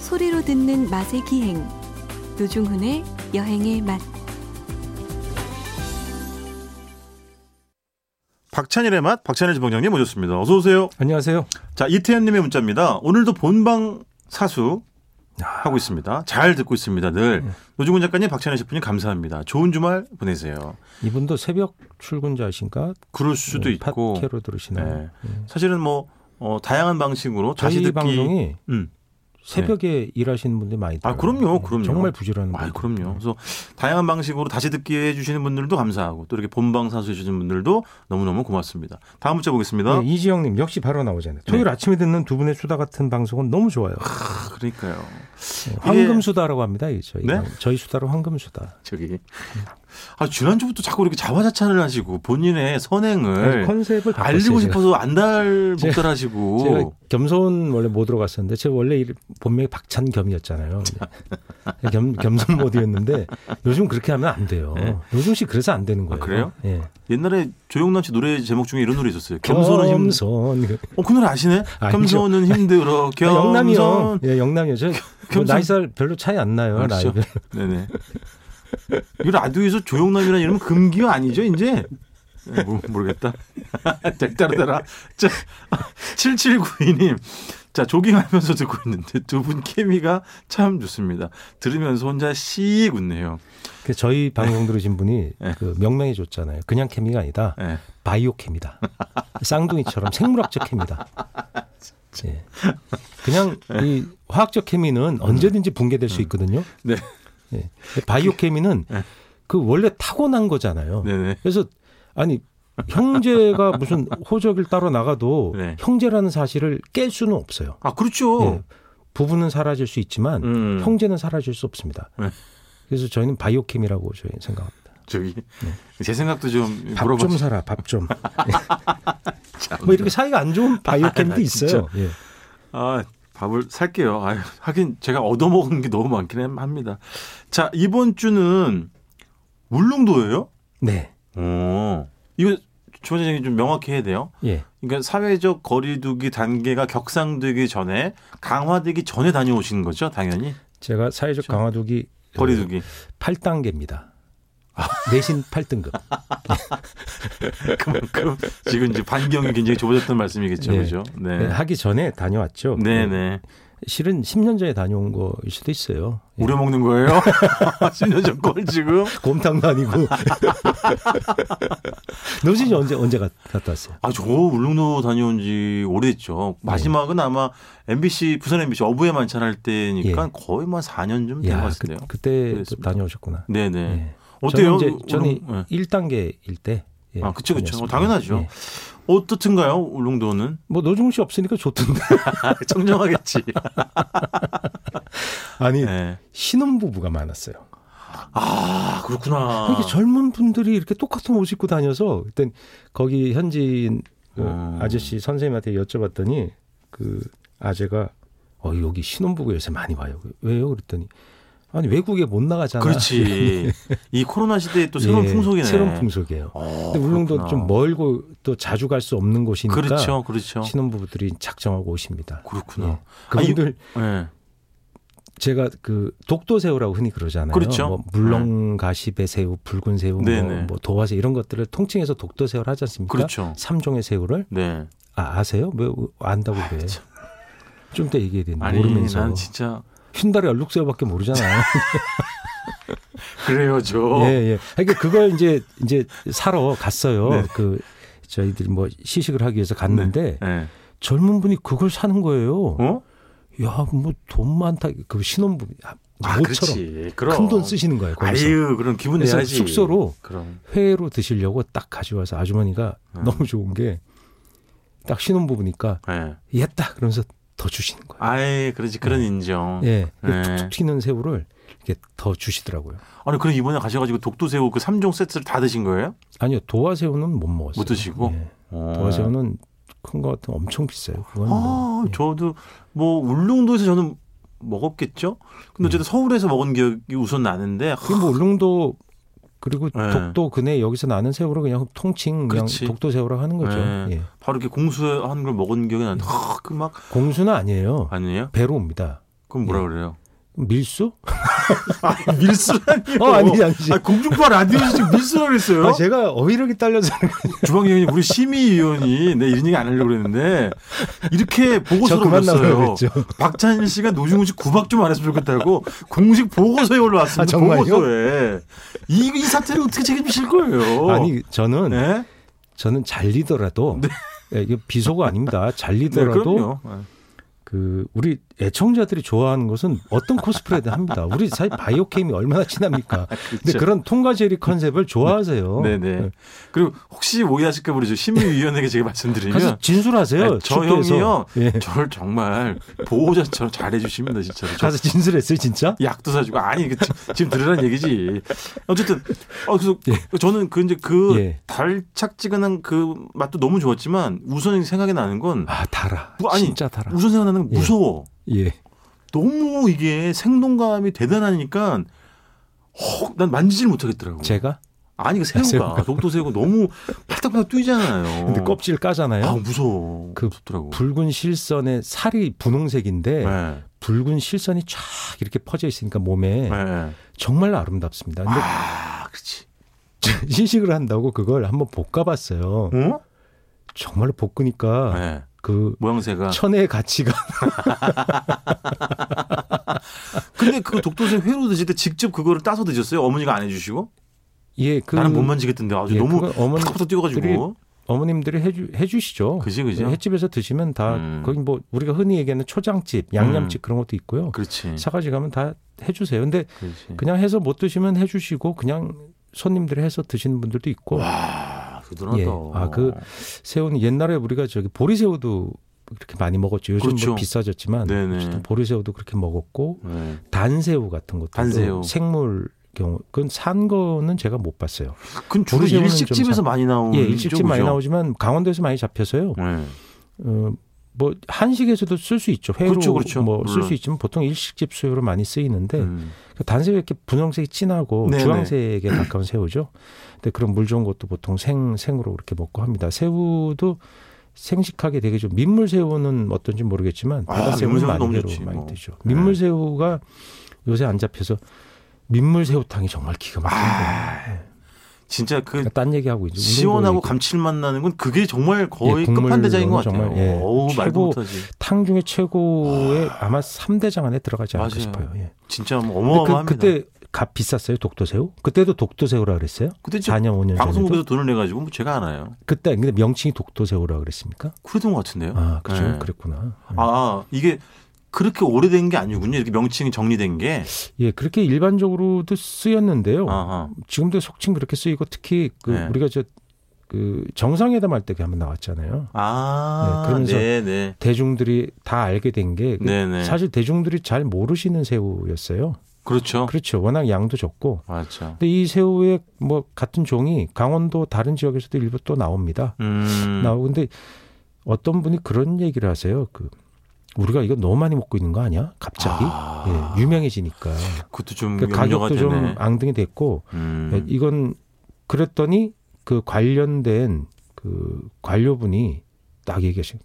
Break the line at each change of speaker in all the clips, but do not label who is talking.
소리로 듣는 맛의 기행 노중훈의 여행의 맛
박찬일의 맛, 박찬일 주방장님 모셨습니다. 어서 오세요.
안녕하세요.
자, 이태현님의 문자입니다. 오늘도 본방 사수 하고 있습니다. 잘 듣고 있습니다. 늘
음.
노중훈 작가님, 박찬일 셰프님 감사합니다. 좋은 주말 보내세요.
이분도 새벽 출근자이신가?
그럴 수도
네,
있고,
팟캐로 들으시나요?
네. 사실은 뭐 어, 다양한 방식으로 다시
저희
듣기.
방송이
음.
새벽에 일하시는 분들 많이 들어요.
아, 그럼요, 그럼요.
정말 부지런한
아,
분들.
그럼요. 그래서 다양한 방식으로 다시 듣기 해주시는 분들도 감사하고 또 이렇게 본방 사수 해주시는 분들도 너무너무 고맙습니다. 다음 문자 보겠습니다.
네, 이지영님 역시 바로 나오잖아요. 토요일
네.
아침에 듣는 두 분의 수다 같은 방송은 너무 좋아요.
아, 그러니까요.
네, 황금 수다라고 합니다. 이 저희
네?
방- 저희 수다로 황금 수다.
저기. 아, 지난주부터 자꾸 이렇게 자화자찬을 하시고 본인의 선행을
컨셉을 바꿨어요,
네. 알리고
제가.
싶어서 안달
제가- 아, 제가
복달하시고
겸손 원래 못 들어갔었는데 제가 원래 이름- 본명이 박찬겸이었잖아요. 네. 겸, 겸손 모드였는데 요즘 그렇게 하면 안 돼요.
네. 아,
노중 씨 그래서 안 되는 거예요.
그래요?
예.
옛날에 조용남 씨 노래 제목 중에 이런 노래 있었어요. 겸손은 힘.
겸손.
어, 그 노래 아시네?
알죠.
겸손은 힘들어.
아,
겸손.
영남이요. 예, 영남이요. 저뭐
겸손.
나이살 별로 차이 안 나요. 아, 나이.
그렇죠. 네네. 이 라디오에서 조용남이라는 이름은 금기가 아니죠, 이제? 네, 모- 모르겠다. 닥따르따라. 자, 7792님. 자, 조깅하면서 듣고 있는데 두 분 케미가 참 좋습니다. 들으면서 혼자 씩 웃네요.
그 저희 방송 들으신 분이
네.
그 명명해 줬잖아요. 그냥 케미가 아니다.
네.
바이오 케미다. 쌍둥이처럼 생물학적 케미다. 예. 그냥 이 화학적 케미는 언제든지 붕괴될 수 있거든요.
네.
예. 바이오 케미는
네.
그 원래 타고난 거잖아요.
네네.
그래서 아니 형제가 무슨 호적을 따로 나가도
네.
형제라는 사실을 깰 수는 없어요.
아, 그렇죠.
예. 부부는 사라질 수 있지만
음.
형제는 사라질 수 없습니다.
네.
그래서 저희는 바이오캠이라고 저희 는 생각합니다.
저기 제 생각도 좀
네. 밥 좀
물어봤죠.
사라, 밥 좀. 뭐 이렇게 사이가 안 좋은 바이오캠도 있어요. 예.
아, 밥을 살게요. 아, 하긴 제가 얻어먹은 게 너무 많긴 합니다. 자, 이번 주는 울릉도예요?
네.
어. 이거 주원장님 좀 명확히 해야 돼요.
예.
그러니까 사회적 거리두기 단계가 격상되기 전에 강화되기 전에 다녀오신 거죠, 당연히.
제가 사회적 강화두기
거리두기.
8단계입니다. 내신 8등급.
그만큼 지금 이제 반경이 굉장히 좁아졌던 말씀이겠죠,
네.
그죠?
네,
네.
하기 전에 다녀왔죠.
네,
예.
네.
실은 10년 전에 다녀온 거일 수도 있어요. 예.
우려 먹는 거예요? 10년 전 걸 지금?
곰탕도 아니고. 노진이 언제 언제 갔- 갔다 왔어요?
아, 저 울릉도 다녀온 지 오래됐죠.
네.
마지막은 아마 MBC, 부산 MBC 어부의 만찬 할 때니까
예.
거의 뭐 4년쯤 된 것 같은데요.
그, 그때 또
그랬습니다.
다녀오셨구나.
네네.
예.
어때요?
저는, 이제, 저는
울릉- 예.
1단계일 때. 예,
아, 그쵸, 그쵸.
다녔습니다.
당연하죠.
예.
어떻든가요, 울릉도는?
뭐, 노중 씨 없으니까 좋던데. 아,
청정하겠지.
아니,
네.
신혼부부가 많았어요.
아, 그렇구나.
이렇게 젊은 분들이 이렇게 똑같은 옷 입고 다녀서, 일단 거기 현지인 그
음.
아저씨 선생님한테 여쭤봤더니, 그 아재가, 어, 여기 신혼부부 요새 많이 와요. 왜요? 그랬더니, 아니, 외국에 못 나가잖아.
그렇지. 이 코로나 시대에 또 새로운
예,
풍속이네.
새로운 풍속이에요.
어,
근데 울릉도
그렇구나.
좀 멀고 또 자주 갈 수 없는 곳이니까
그렇죠, 그렇죠.
신혼부부들이 작정하고 오십니다.
그렇구나.
예. 그분들
예.
제가 그 독도새우라고 흔히 그러잖아요.
그렇죠.
뭐 물렁가시배 새우, 붉은 새우, 뭐,
네네.
뭐 도화새 이런 것들을 통칭해서 독도새우를 하지 않습니까?
그렇죠.
3종의 새우를
네.
아, 아세요? 왜 안다고 그래?
참.
좀 더 얘기해야 되는데
아니,
모르면서
난 진짜
흰다리 얼룩새우밖에 모르잖아요.
그래요, 저.
예, 예. 그러니까 그걸 이제 이제 사러 갔어요.
네.
그 저희들이 뭐 시식을 하기 위해서 갔는데
예.
젊은 분이 그걸 사는 거예요.
어?
야, 뭐 돈 많다. 그 신혼부 아,
아,
모처럼
그렇지.
큰
그럼.
돈 쓰시는 거예요. 거기서.
아유, 그럼 기분
그래서
내야지.
숙소로
그럼.
회로 드시려고 딱 가져와서 아주머니가
음.
너무 좋은 게 딱 신혼부부니까
예.
였다 그러면서 더 주시는 거예요.
아예 그렇지 그런 인정.
예, 그
네.
툭툭 튀는 새우를 이렇게 더 주시더라고요.
아니 그럼 이번에 가셔가지고 독도새우 그 3종 세트를 다 드신 거예요?
아니요, 도화새우는 못 먹었어요.
못 드시고?
예,
어.
도화새우는 큰 거 같은 엄청 비싸요. 그건
아,
뭐, 예.
저도 뭐 울릉도에서 저는 먹었겠죠.
음.
근데 어쨌든 서울에서 먹은 기억이 우선 나는데
그게 뭐 울릉도 그리고
네.
독도 근해 여기서 나는 새우를 그냥 통칭 그냥
그렇지.
독도 새우라 하는 거죠.
네.
예.
바로 이렇게 공수하는 걸 먹은 기억이 나는데 그막
공수는 아니에요.
아니에요?
배로 옵니다.
그럼 뭐라 그래요?
밀수?
아, 밀수라니요.
어, 아니지, 아니지.
아, 공중파 라디오에서 지금 밀수라고 그랬어요.
아, 제가 어휘력이 딸려서
주방장님 우리 심의위원이 내 이런 얘기 안 하려고 그랬는데 이렇게
저
보고서로
그만 나오라고
올랐어요.
그랬죠.
박찬일 씨가 노중훈 씨 구박 좀 안 했으면 좋겠다고 공식 보고서에 올라왔습니다.
아, 정말요?
보고서에. 이, 이 사태를 어떻게 책임지실 거예요?
아니 저는
네?
저는 잘리더라도 예, 이게 비속어 아닙니다.
네,
잘리더라도
그럼요. 네.
그 우리 애청자들이 좋아하는 것은 어떤 코스프레든 합니다. 우리 사실 바이오케임이 얼마나 친합니까? 근데
그렇죠.
그런 통과 제리 컨셉을 좋아하세요.
네네. 그리고 혹시 오해하실까 모르죠. 심의위원에게 제가
가서
말씀드리면
진술하세요.
네. 아니, 저
축구에서.
형이요.
예.
저를 정말 보호자처럼 잘해주십니다. 진짜로. 저
가서 진술했어요, 진짜?
약도 사주고 아니 그 지- 지금 들으란 얘기지. 어쨌든 어 그래서 저는 그 이제 그
예.
달착지근한 그 맛도 너무 좋았지만 우선 생각이 나는 건
아 달아.
뭐, 아니,
진짜 달아.
우선 생각나는 건
예.
무서워.
예.
너무 이게 생동감이 대단하니까 헉, 난 만지질 못하겠더라고.
제가
아니 그 새우가,
새우가.
독도 새우가 너무 팔딱팔딱 뛰잖아요.
근데 껍질 까잖아요.
어. 아 무서워.
그
무섭더라고.
붉은 실선에 살이 분홍색인데
네.
붉은 실선이 쫙 이렇게 퍼져 있으니까 몸에
네. 네.
정말 아름답습니다. 예. 근데
아 그렇지.
시식을 한다고 그걸 한번 볶아봤어요.
어?
정말로 볶으니까
네.
그
모양새가.
천혜의 가치가
근데 그 독도새 회로 드실 때 직접 그거를 따서 드셨어요? 어머니가 안 해주시고?
예, 그
나는 못 만지겠던데 아주
예,
너무
그건 어머니
팍팍팍 뛰어가지고.
어머님들이 해주 해주시죠. 예,
그지 그지.
횟집에서 드시면 다
음.
거기 뭐 우리가 흔히 얘기하는 초장집, 양념집 그런 것도 있고요.
그렇지. 네.
사가지 가면 다 해주세요. 근데
그렇지.
그냥 해서 못 드시면 해주시고 그냥 손님들이 해서 드시는 분들도 있고
와, 대단하다.
예. 아, 그 새우는 옛날에 우리가 저기 보리새우도 그렇게 많이 먹었죠. 요즘
그렇죠.
뭐 비싸졌지만
네네.
어쨌든 보리새우도 그렇게 먹었고
네.
단새우 같은 것도
단새우.
생물 경우 그건 산 거는 제가 못 봤어요.
그건 주로
우리
일식집에서
좀
많이 나오는
예, 일식집
쪽이죠?
많이 나오지만 강원도에서 많이 잡혀서요.
네.
어, 뭐 한식에서도 쓸 수 있죠. 회로
그렇죠, 그렇죠.
뭐 쓸
물론.
수 있지만 보통 일식집 수요로 많이 쓰이는데
음.
그 단새우 이렇게 분홍색이 진하고
네네.
주황색에 가까운 새우죠. 근데 그런 물 좋은 것도 보통 생 생으로 그렇게 먹고 합니다. 새우도 생식하게 되게 좀 민물 새우는 어떤지 모르겠지만
아,
바다
민물
새우는
새우는
많이
너무
들어
좋지,
많이
뭐.
되죠. 민물 새우가 요새 안 잡혀서 민물 새우탕이 정말 기가
아,
막힌데.
진짜 그
그러니까 딴 얘기하고 이제 운동
시원하고
얘기.
감칠맛 나는 건 그게 정말 거의
예, 국물로는
끝판대장인 것 같아요.
정말, 예,
어우, 말도
최고-
못하지.
탕 중에 최고의 아마 삼대장 안에 들어가지 않을까
맞아요.
싶어요. 예.
진짜
근데
어마어마합니다.
그,
그때,
그때 값 비쌌어요 독도새우? 그때도 독도새우라 그랬어요?
저
4년 5년 전에도?
방송국에서 돈을 내가지고 뭐 제가 알아요.
그때 근데 명칭이 독도새우라 그랬습니까?
그랬던 것 같은데요.
아 그죠
네.
그랬구나.
아, 이게 그렇게 오래된 게 아니군요. 이렇게 명칭이 정리된 게.
예 그렇게 일반적으로도 쓰였는데요.
아하.
지금도 속칭 그렇게 쓰이고 특히 그
네.
우리가 저 그 정상회담 할 때 한번 나왔잖아요.
아,
네, 그러면서-
네네.
대중들이 다 알게 된 게그
네네.
사실 대중들이 잘 모르시는 새우였어요.
그렇죠.
그렇죠. 워낙 양도 적고
맞죠.
근데 이 새우의 뭐 같은 종이 강원도 다른 지역에서도 일부 또 나옵니다.
음.
나오고 근데 어떤 분이 그런 얘기를 하세요. 그 우리가 이거 너무 많이 먹고 있는 거 아니야? 갑자기
아.
예, 유명해지니까
그것도 좀
그러니까
염려가
가격도 좀
되네.
앙등이 됐고
음.
예, 이건 그랬더니 그 관련된 그 관료분이 딱 얘기하신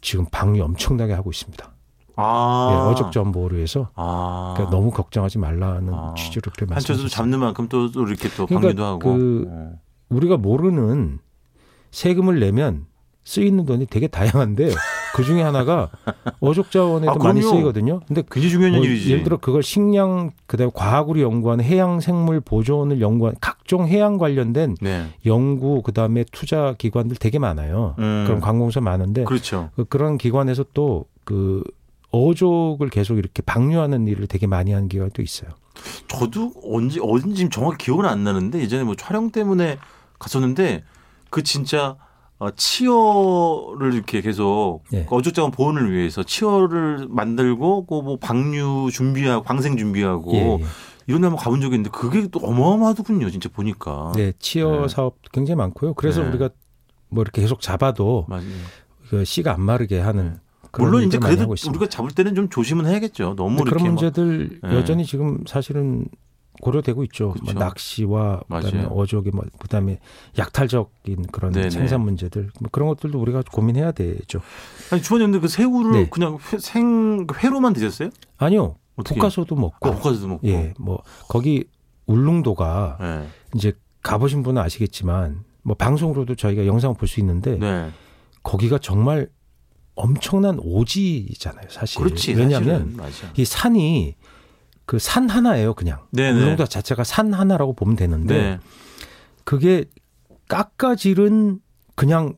지금 방류 엄청나게 하고 있습니다.
아.
예, 어적전 보호를 해서
아.
그러니까 너무 걱정하지 말라는
아.
취지로
한쪽에서
그렇게 말씀하셨어요.
잡는 만큼 또, 또 이렇게 또
그러니까
방류도 하고.
그-
어.
우리가 모르는 세금을 내면 쓰이는 돈이 되게 다양한데 그 중에 하나가 어족자원에도
아,
많이
그럼요.
쓰이거든요. 근데
굉장히 중요한
뭐
일이지.
예를 들어 그걸 식량 그다음에 과학으로 연구하는 해양 생물 보존을 연구한 각종 해양 관련된
네.
연구 그다음에 투자 기관들 되게 많아요.
음.
그런 관공서 많은데
그렇죠.
그- 그런 기관에서 또 그 어족을 계속 이렇게 방류하는 일을 되게 많이 하는 기관도 있어요.
저도 언제 언제 지금 정확히 기억은 안 나는데 예전에 뭐 촬영 때문에 갔었는데 그 진짜 어, 치어를 이렇게 계속
예.
어죽자원 보온을 위해서 치어를 만들고 그뭐 방류 준비하고 방생 준비하고
예, 예.
이런 데 한번 가본 적이 있는데 그게 또 어마어마하더군요 진짜 보니까
네, 치어
네.
사업 굉장히 많고요. 그래서
네.
우리가 뭐 이렇게 계속 잡아도
맞아요.
그 씨가 안 마르게 하는 그런
물론 이제
일들 많이
그래도
하고 있습니다. 네,
우리가 잡을 때는 좀 조심은 해야겠죠 너무
근데
이렇게
그런
막
문제들
예.
여전히 지금 사실은 고려되고 있죠. 뭐
그쵸.
낚시와 그다음에
맞아요.
어족이 뭐 그다음에 약탈적인 그런
네네.
생산 문제들 뭐 그런 것들도 우리가 고민해야 되죠.
아니 주원님도 그 새우를
네.
그냥 회, 생 회로만 드셨어요?
아니요.
어떻게?
볶아서도 먹고
아, 볶아서도 먹고.
예, 뭐 거기 울릉도가
네.
이제 가보신 분은 아시겠지만 뭐 방송으로도 저희가 영상 을 볼 수 있는데
네.
거기가 정말 엄청난 오지잖아요, 사실.
그렇지. 사실은.
왜냐하면
맞아.
이 산이 그 산 하나예요, 그냥.
네네.
울릉도 자체가 산 하나라고 보면 되는데
네.
그게 깎아질은 그냥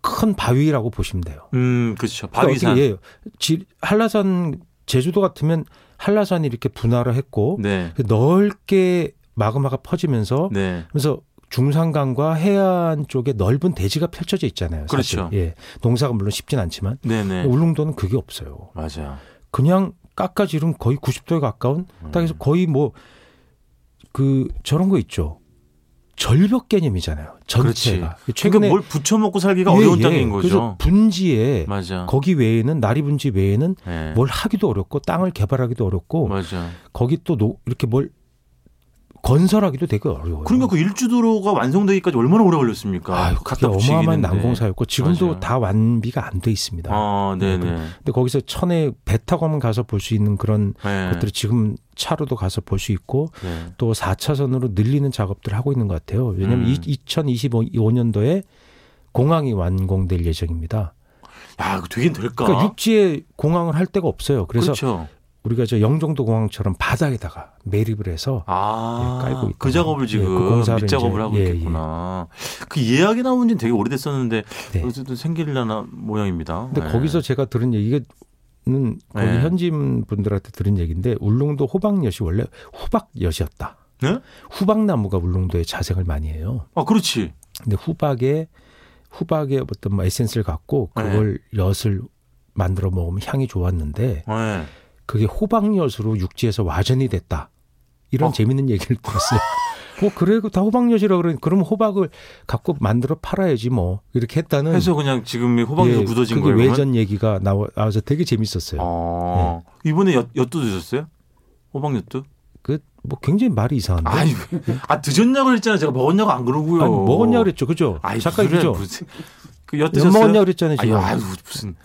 큰 바위라고 보시면 돼요.
음, 그렇죠.
그러니까
바위산.
어떻게, 예, 지- 한라산 제주도 같으면 한라산이 이렇게 분화를 했고
네.
그 넓게 마그마가 퍼지면서
네.
그래서 중산강과 해안 쪽에 넓은 대지가 펼쳐져 있잖아요. 사실.
그렇죠.
예, 농사가 물론 쉽진 않지만
네, 네.
울릉도는 그게 없어요.
맞아.
그냥 깎아지름 거의 90도에 가까운
음.
땅에서 거의 뭐 그 저런 거 있죠. 절벽 개념이잖아요. 전체가
최근에 그러니까 뭘 붙여 먹고 살기가 어려운
예, 예.
땅인
그래서
거죠.
분지에
맞아.
거기 외에는 나리 분지 외에는
네.
뭘 하기도 어렵고 땅을 개발하기도 어렵고
맞아.
거기 또 노- 이렇게 뭘 건설하기도 되게 어려워요.
그러니까 그 일주도로가 완성되기까지 얼마나 오래 걸렸습니까?
아유, 그게
갖다 붙이기는
어마어마한
했는데.
난공사였고 지금도
맞아요.
다 완비가 안 돼 있습니다.
아, 네, 네.
근데 거기서 천에 배 타고 한번 가서 볼 수 있는 그런
네.
것들을 지금 차로도 가서 볼 수 있고
네.
또 4차선으로 늘리는 작업들을 하고 있는 것 같아요.
음.
왜냐하면 이 2025년도에 공항이 완공될 예정입니다.
야, 이거 되긴 될까?
그러니까 육지에 공항을 할 데가 없어요. 그래서
그렇죠.
우리가 저 영종도 공항처럼 바닥에다가 매립을 해서
아,
예, 깔고 있다.
그 작업을
예,
지금
그 공사를
밑작업을
이제,
하고
예,
있겠구나. 그 예약이 나온 지는 되게 오래됐었는데
네.
어쨌든 생길라나 모양입니다.
근데
예.
거기서 제가 들은 얘기는 거기
네.
현지인 분들한테 들은 얘기인데 울릉도 호박엿이 원래 호박엿이었다.
네?
후박나무가 울릉도에 자생을 많이 해요.
아, 그렇지.
근데 후박에 후박의 어떤 뭐 에센스를 갖고 그걸
네.
엿을 만들어 먹으면 향이 좋았는데
예.
그게 호박엿으로 육지에서 와전이 됐다. 이런
어.
재밌는 얘기를 들었어요. 뭐 그래 그다 호박엿이라 그러니 그럼 호박을 갖고 만들어 팔아야지 뭐 이렇게 했다는
해서 그냥 지금 호박이
예,
굳어진
그게
거예요. 그러면?
외전 얘기가 나와- 나와서 되게 재밌었어요.
아, 이번에 엿, 엿도 드셨어요? 호박엿도?
그 뭐 굉장히 말이 이상한데.
아니, 왜- 아 드셨냐고 그랬잖아요. 제가 먹었냐고 안 그러고요.
아니, 뭐 먹었냐 그랬죠, 그죠?
아이,
작가
무슨-
그죠?
무슨- 그엿
엿
드셨어요?
먹었냐 그랬잖아요.
아유,
지금.
아유, 무슨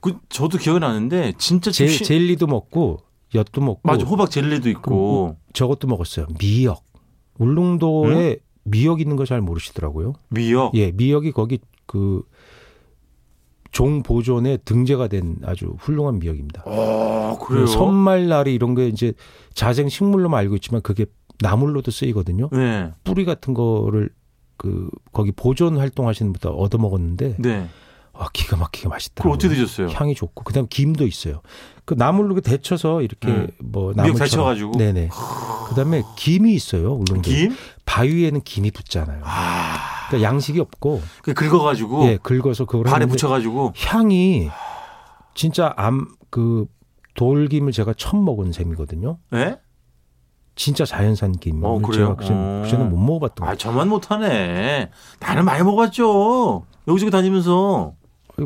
그 저도 기억이 나는데 진짜
제, 뭐.
좀 시-
젤리도 먹고 엿도 먹고
맞아 호박 젤리도
뭐,
있고
저것도 먹었어요. 미역. 울릉도에 미역 있는 거 잘 모르시더라고요.
미역.
예, 미역이 거기 그 종보존에 등재가 된 아주 훌륭한 미역입니다.
아
뭐,
그래요?
섬말나리 이런 게 이제 자생 식물로만 알고 있지만 그게 나물로도 쓰이거든요.
네,
뿌리 같은 거를 그 거기 보존 활동하시는 분들 얻어 먹었는데
네.
와 기가 막히게
그걸
맛있더라고요.
어떻게 드셨어요?
향이 좋고 그다음 김도 있어요. 그 나물로 이렇게 데쳐서 이렇게
음.
뭐
미역
나물처럼
데쳐가지고?
네네. 예. 그다음에 김이 있어요. 울릉도
김?
바위에는 김이 붙잖아요.
아,
그러니까 양식이 없고
그 긁어가지고
예 긁어서 그걸
발에
하는데
붙여가지고.
향이 진짜 암 그 돌김을 제가 처음 먹은 셈이거든요.
예? 진짜.
진짜 자연산 김.
어, 그래요?
제가 그 전-
어.
그 전에 못 먹어봤던
아
거예요.
저만 못하네. 나는 많이 먹었죠. 여기저기 다니면서.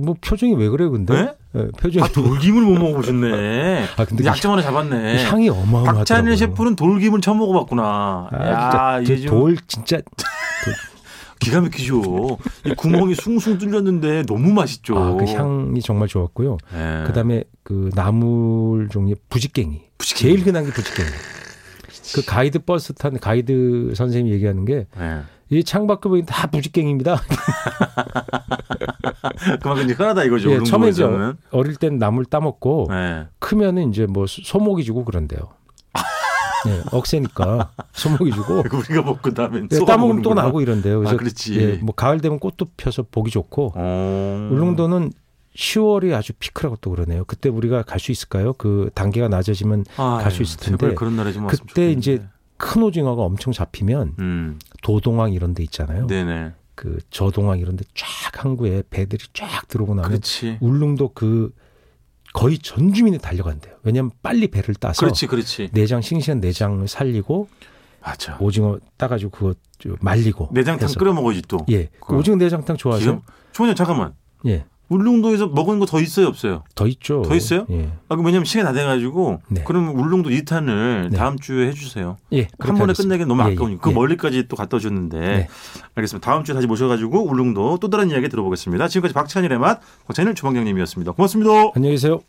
뭐 표정이 왜 그래요, 근데?
예?
예, 표정이
아 돌김을 못 먹어보셨네.
아, 근데 그
약점 하나 잡았네.
향이 어마어마하더라고요.
박찬일 셰프는 돌김을 처음 먹어봤구나.
아,
야,
진짜
이게 좀
돌 진짜 아,
기가 막히죠. 이 구멍이 숭숭 뚫렸는데 너무 맛있죠.
아, 그 향이 정말 좋았고요.
예.
그다음에 그 나물 종류 부지깽이.
부지깽이.
제일 흔한 게 부지깽이. 그 가이드 버스 탄 가이드 선생님이 얘기하는 게 이
예.
창밖에 보이는 다 부지깽입니다.
그만큼 이제 흔하다 이거죠.
예,
우릉도에서는.
처음에 이제 어릴 땐 나물 따먹고
예.
크면은 이제 뭐 소- 소목이 주고 그런대요. 예, 억세니까 소목이 주고
그리고 우리가 먹고 다음에
예,
쏘아
따먹으면 또
먹는구나.
나고 이런데요.
아,
그래서
그렇지.
예, 뭐 가을 되면 꽃도 펴서 보기 좋고
어.
울릉도는 10월이 아주 피크라고 또 그러네요. 그때 우리가 갈 수 있을까요? 그 단계가 낮아지면
아유,
갈수 있을 텐데
제발 그런 날에 좀 왔으면
그때
좋겠는데.
이제 큰 오징어가 엄청 잡히면
음.
도동항 이런 데 있잖아요.
네네.
그 저동항 이런 데 쫙 항구에 배들이 쫙 들어오고 나면
그렇지.
울릉도 그 거의 전 주민이 달려간대요. 왜냐하면 빨리 배를 따서
그렇지, 그렇지.
내장 싱싱한 내장을 살리고
맞아.
오징어 따가지고 그거 좀 말리고
내장탕
해서.
끓여 먹어야지 또.
예, 그
네. 그거.
오징어 내장탕 좋아하세요?
지금 초원이 잠깐만.
예,
울릉도에서 먹은 거 더 있어요, 없어요?
더 있죠.
더 있어요?
예.
아, 그 왜냐면 시간이 다 돼가지고
네.
그럼 울릉도 2탄을
네.
다음 주에 해주세요.
예,
한
그렇게
번에
하겠습니다.
끝내기 너무
예, 예,
아까우니까 그
예.
멀리까지 또 갖다 줬는데
네.
알겠습니다. 다음 주에 다시 모셔가지고 울릉도 또 다른 이야기 들어보겠습니다. 지금까지 박찬일의 맛, 박찬일 주방장님이었습니다. 고맙습니다.
안녕히 계세요.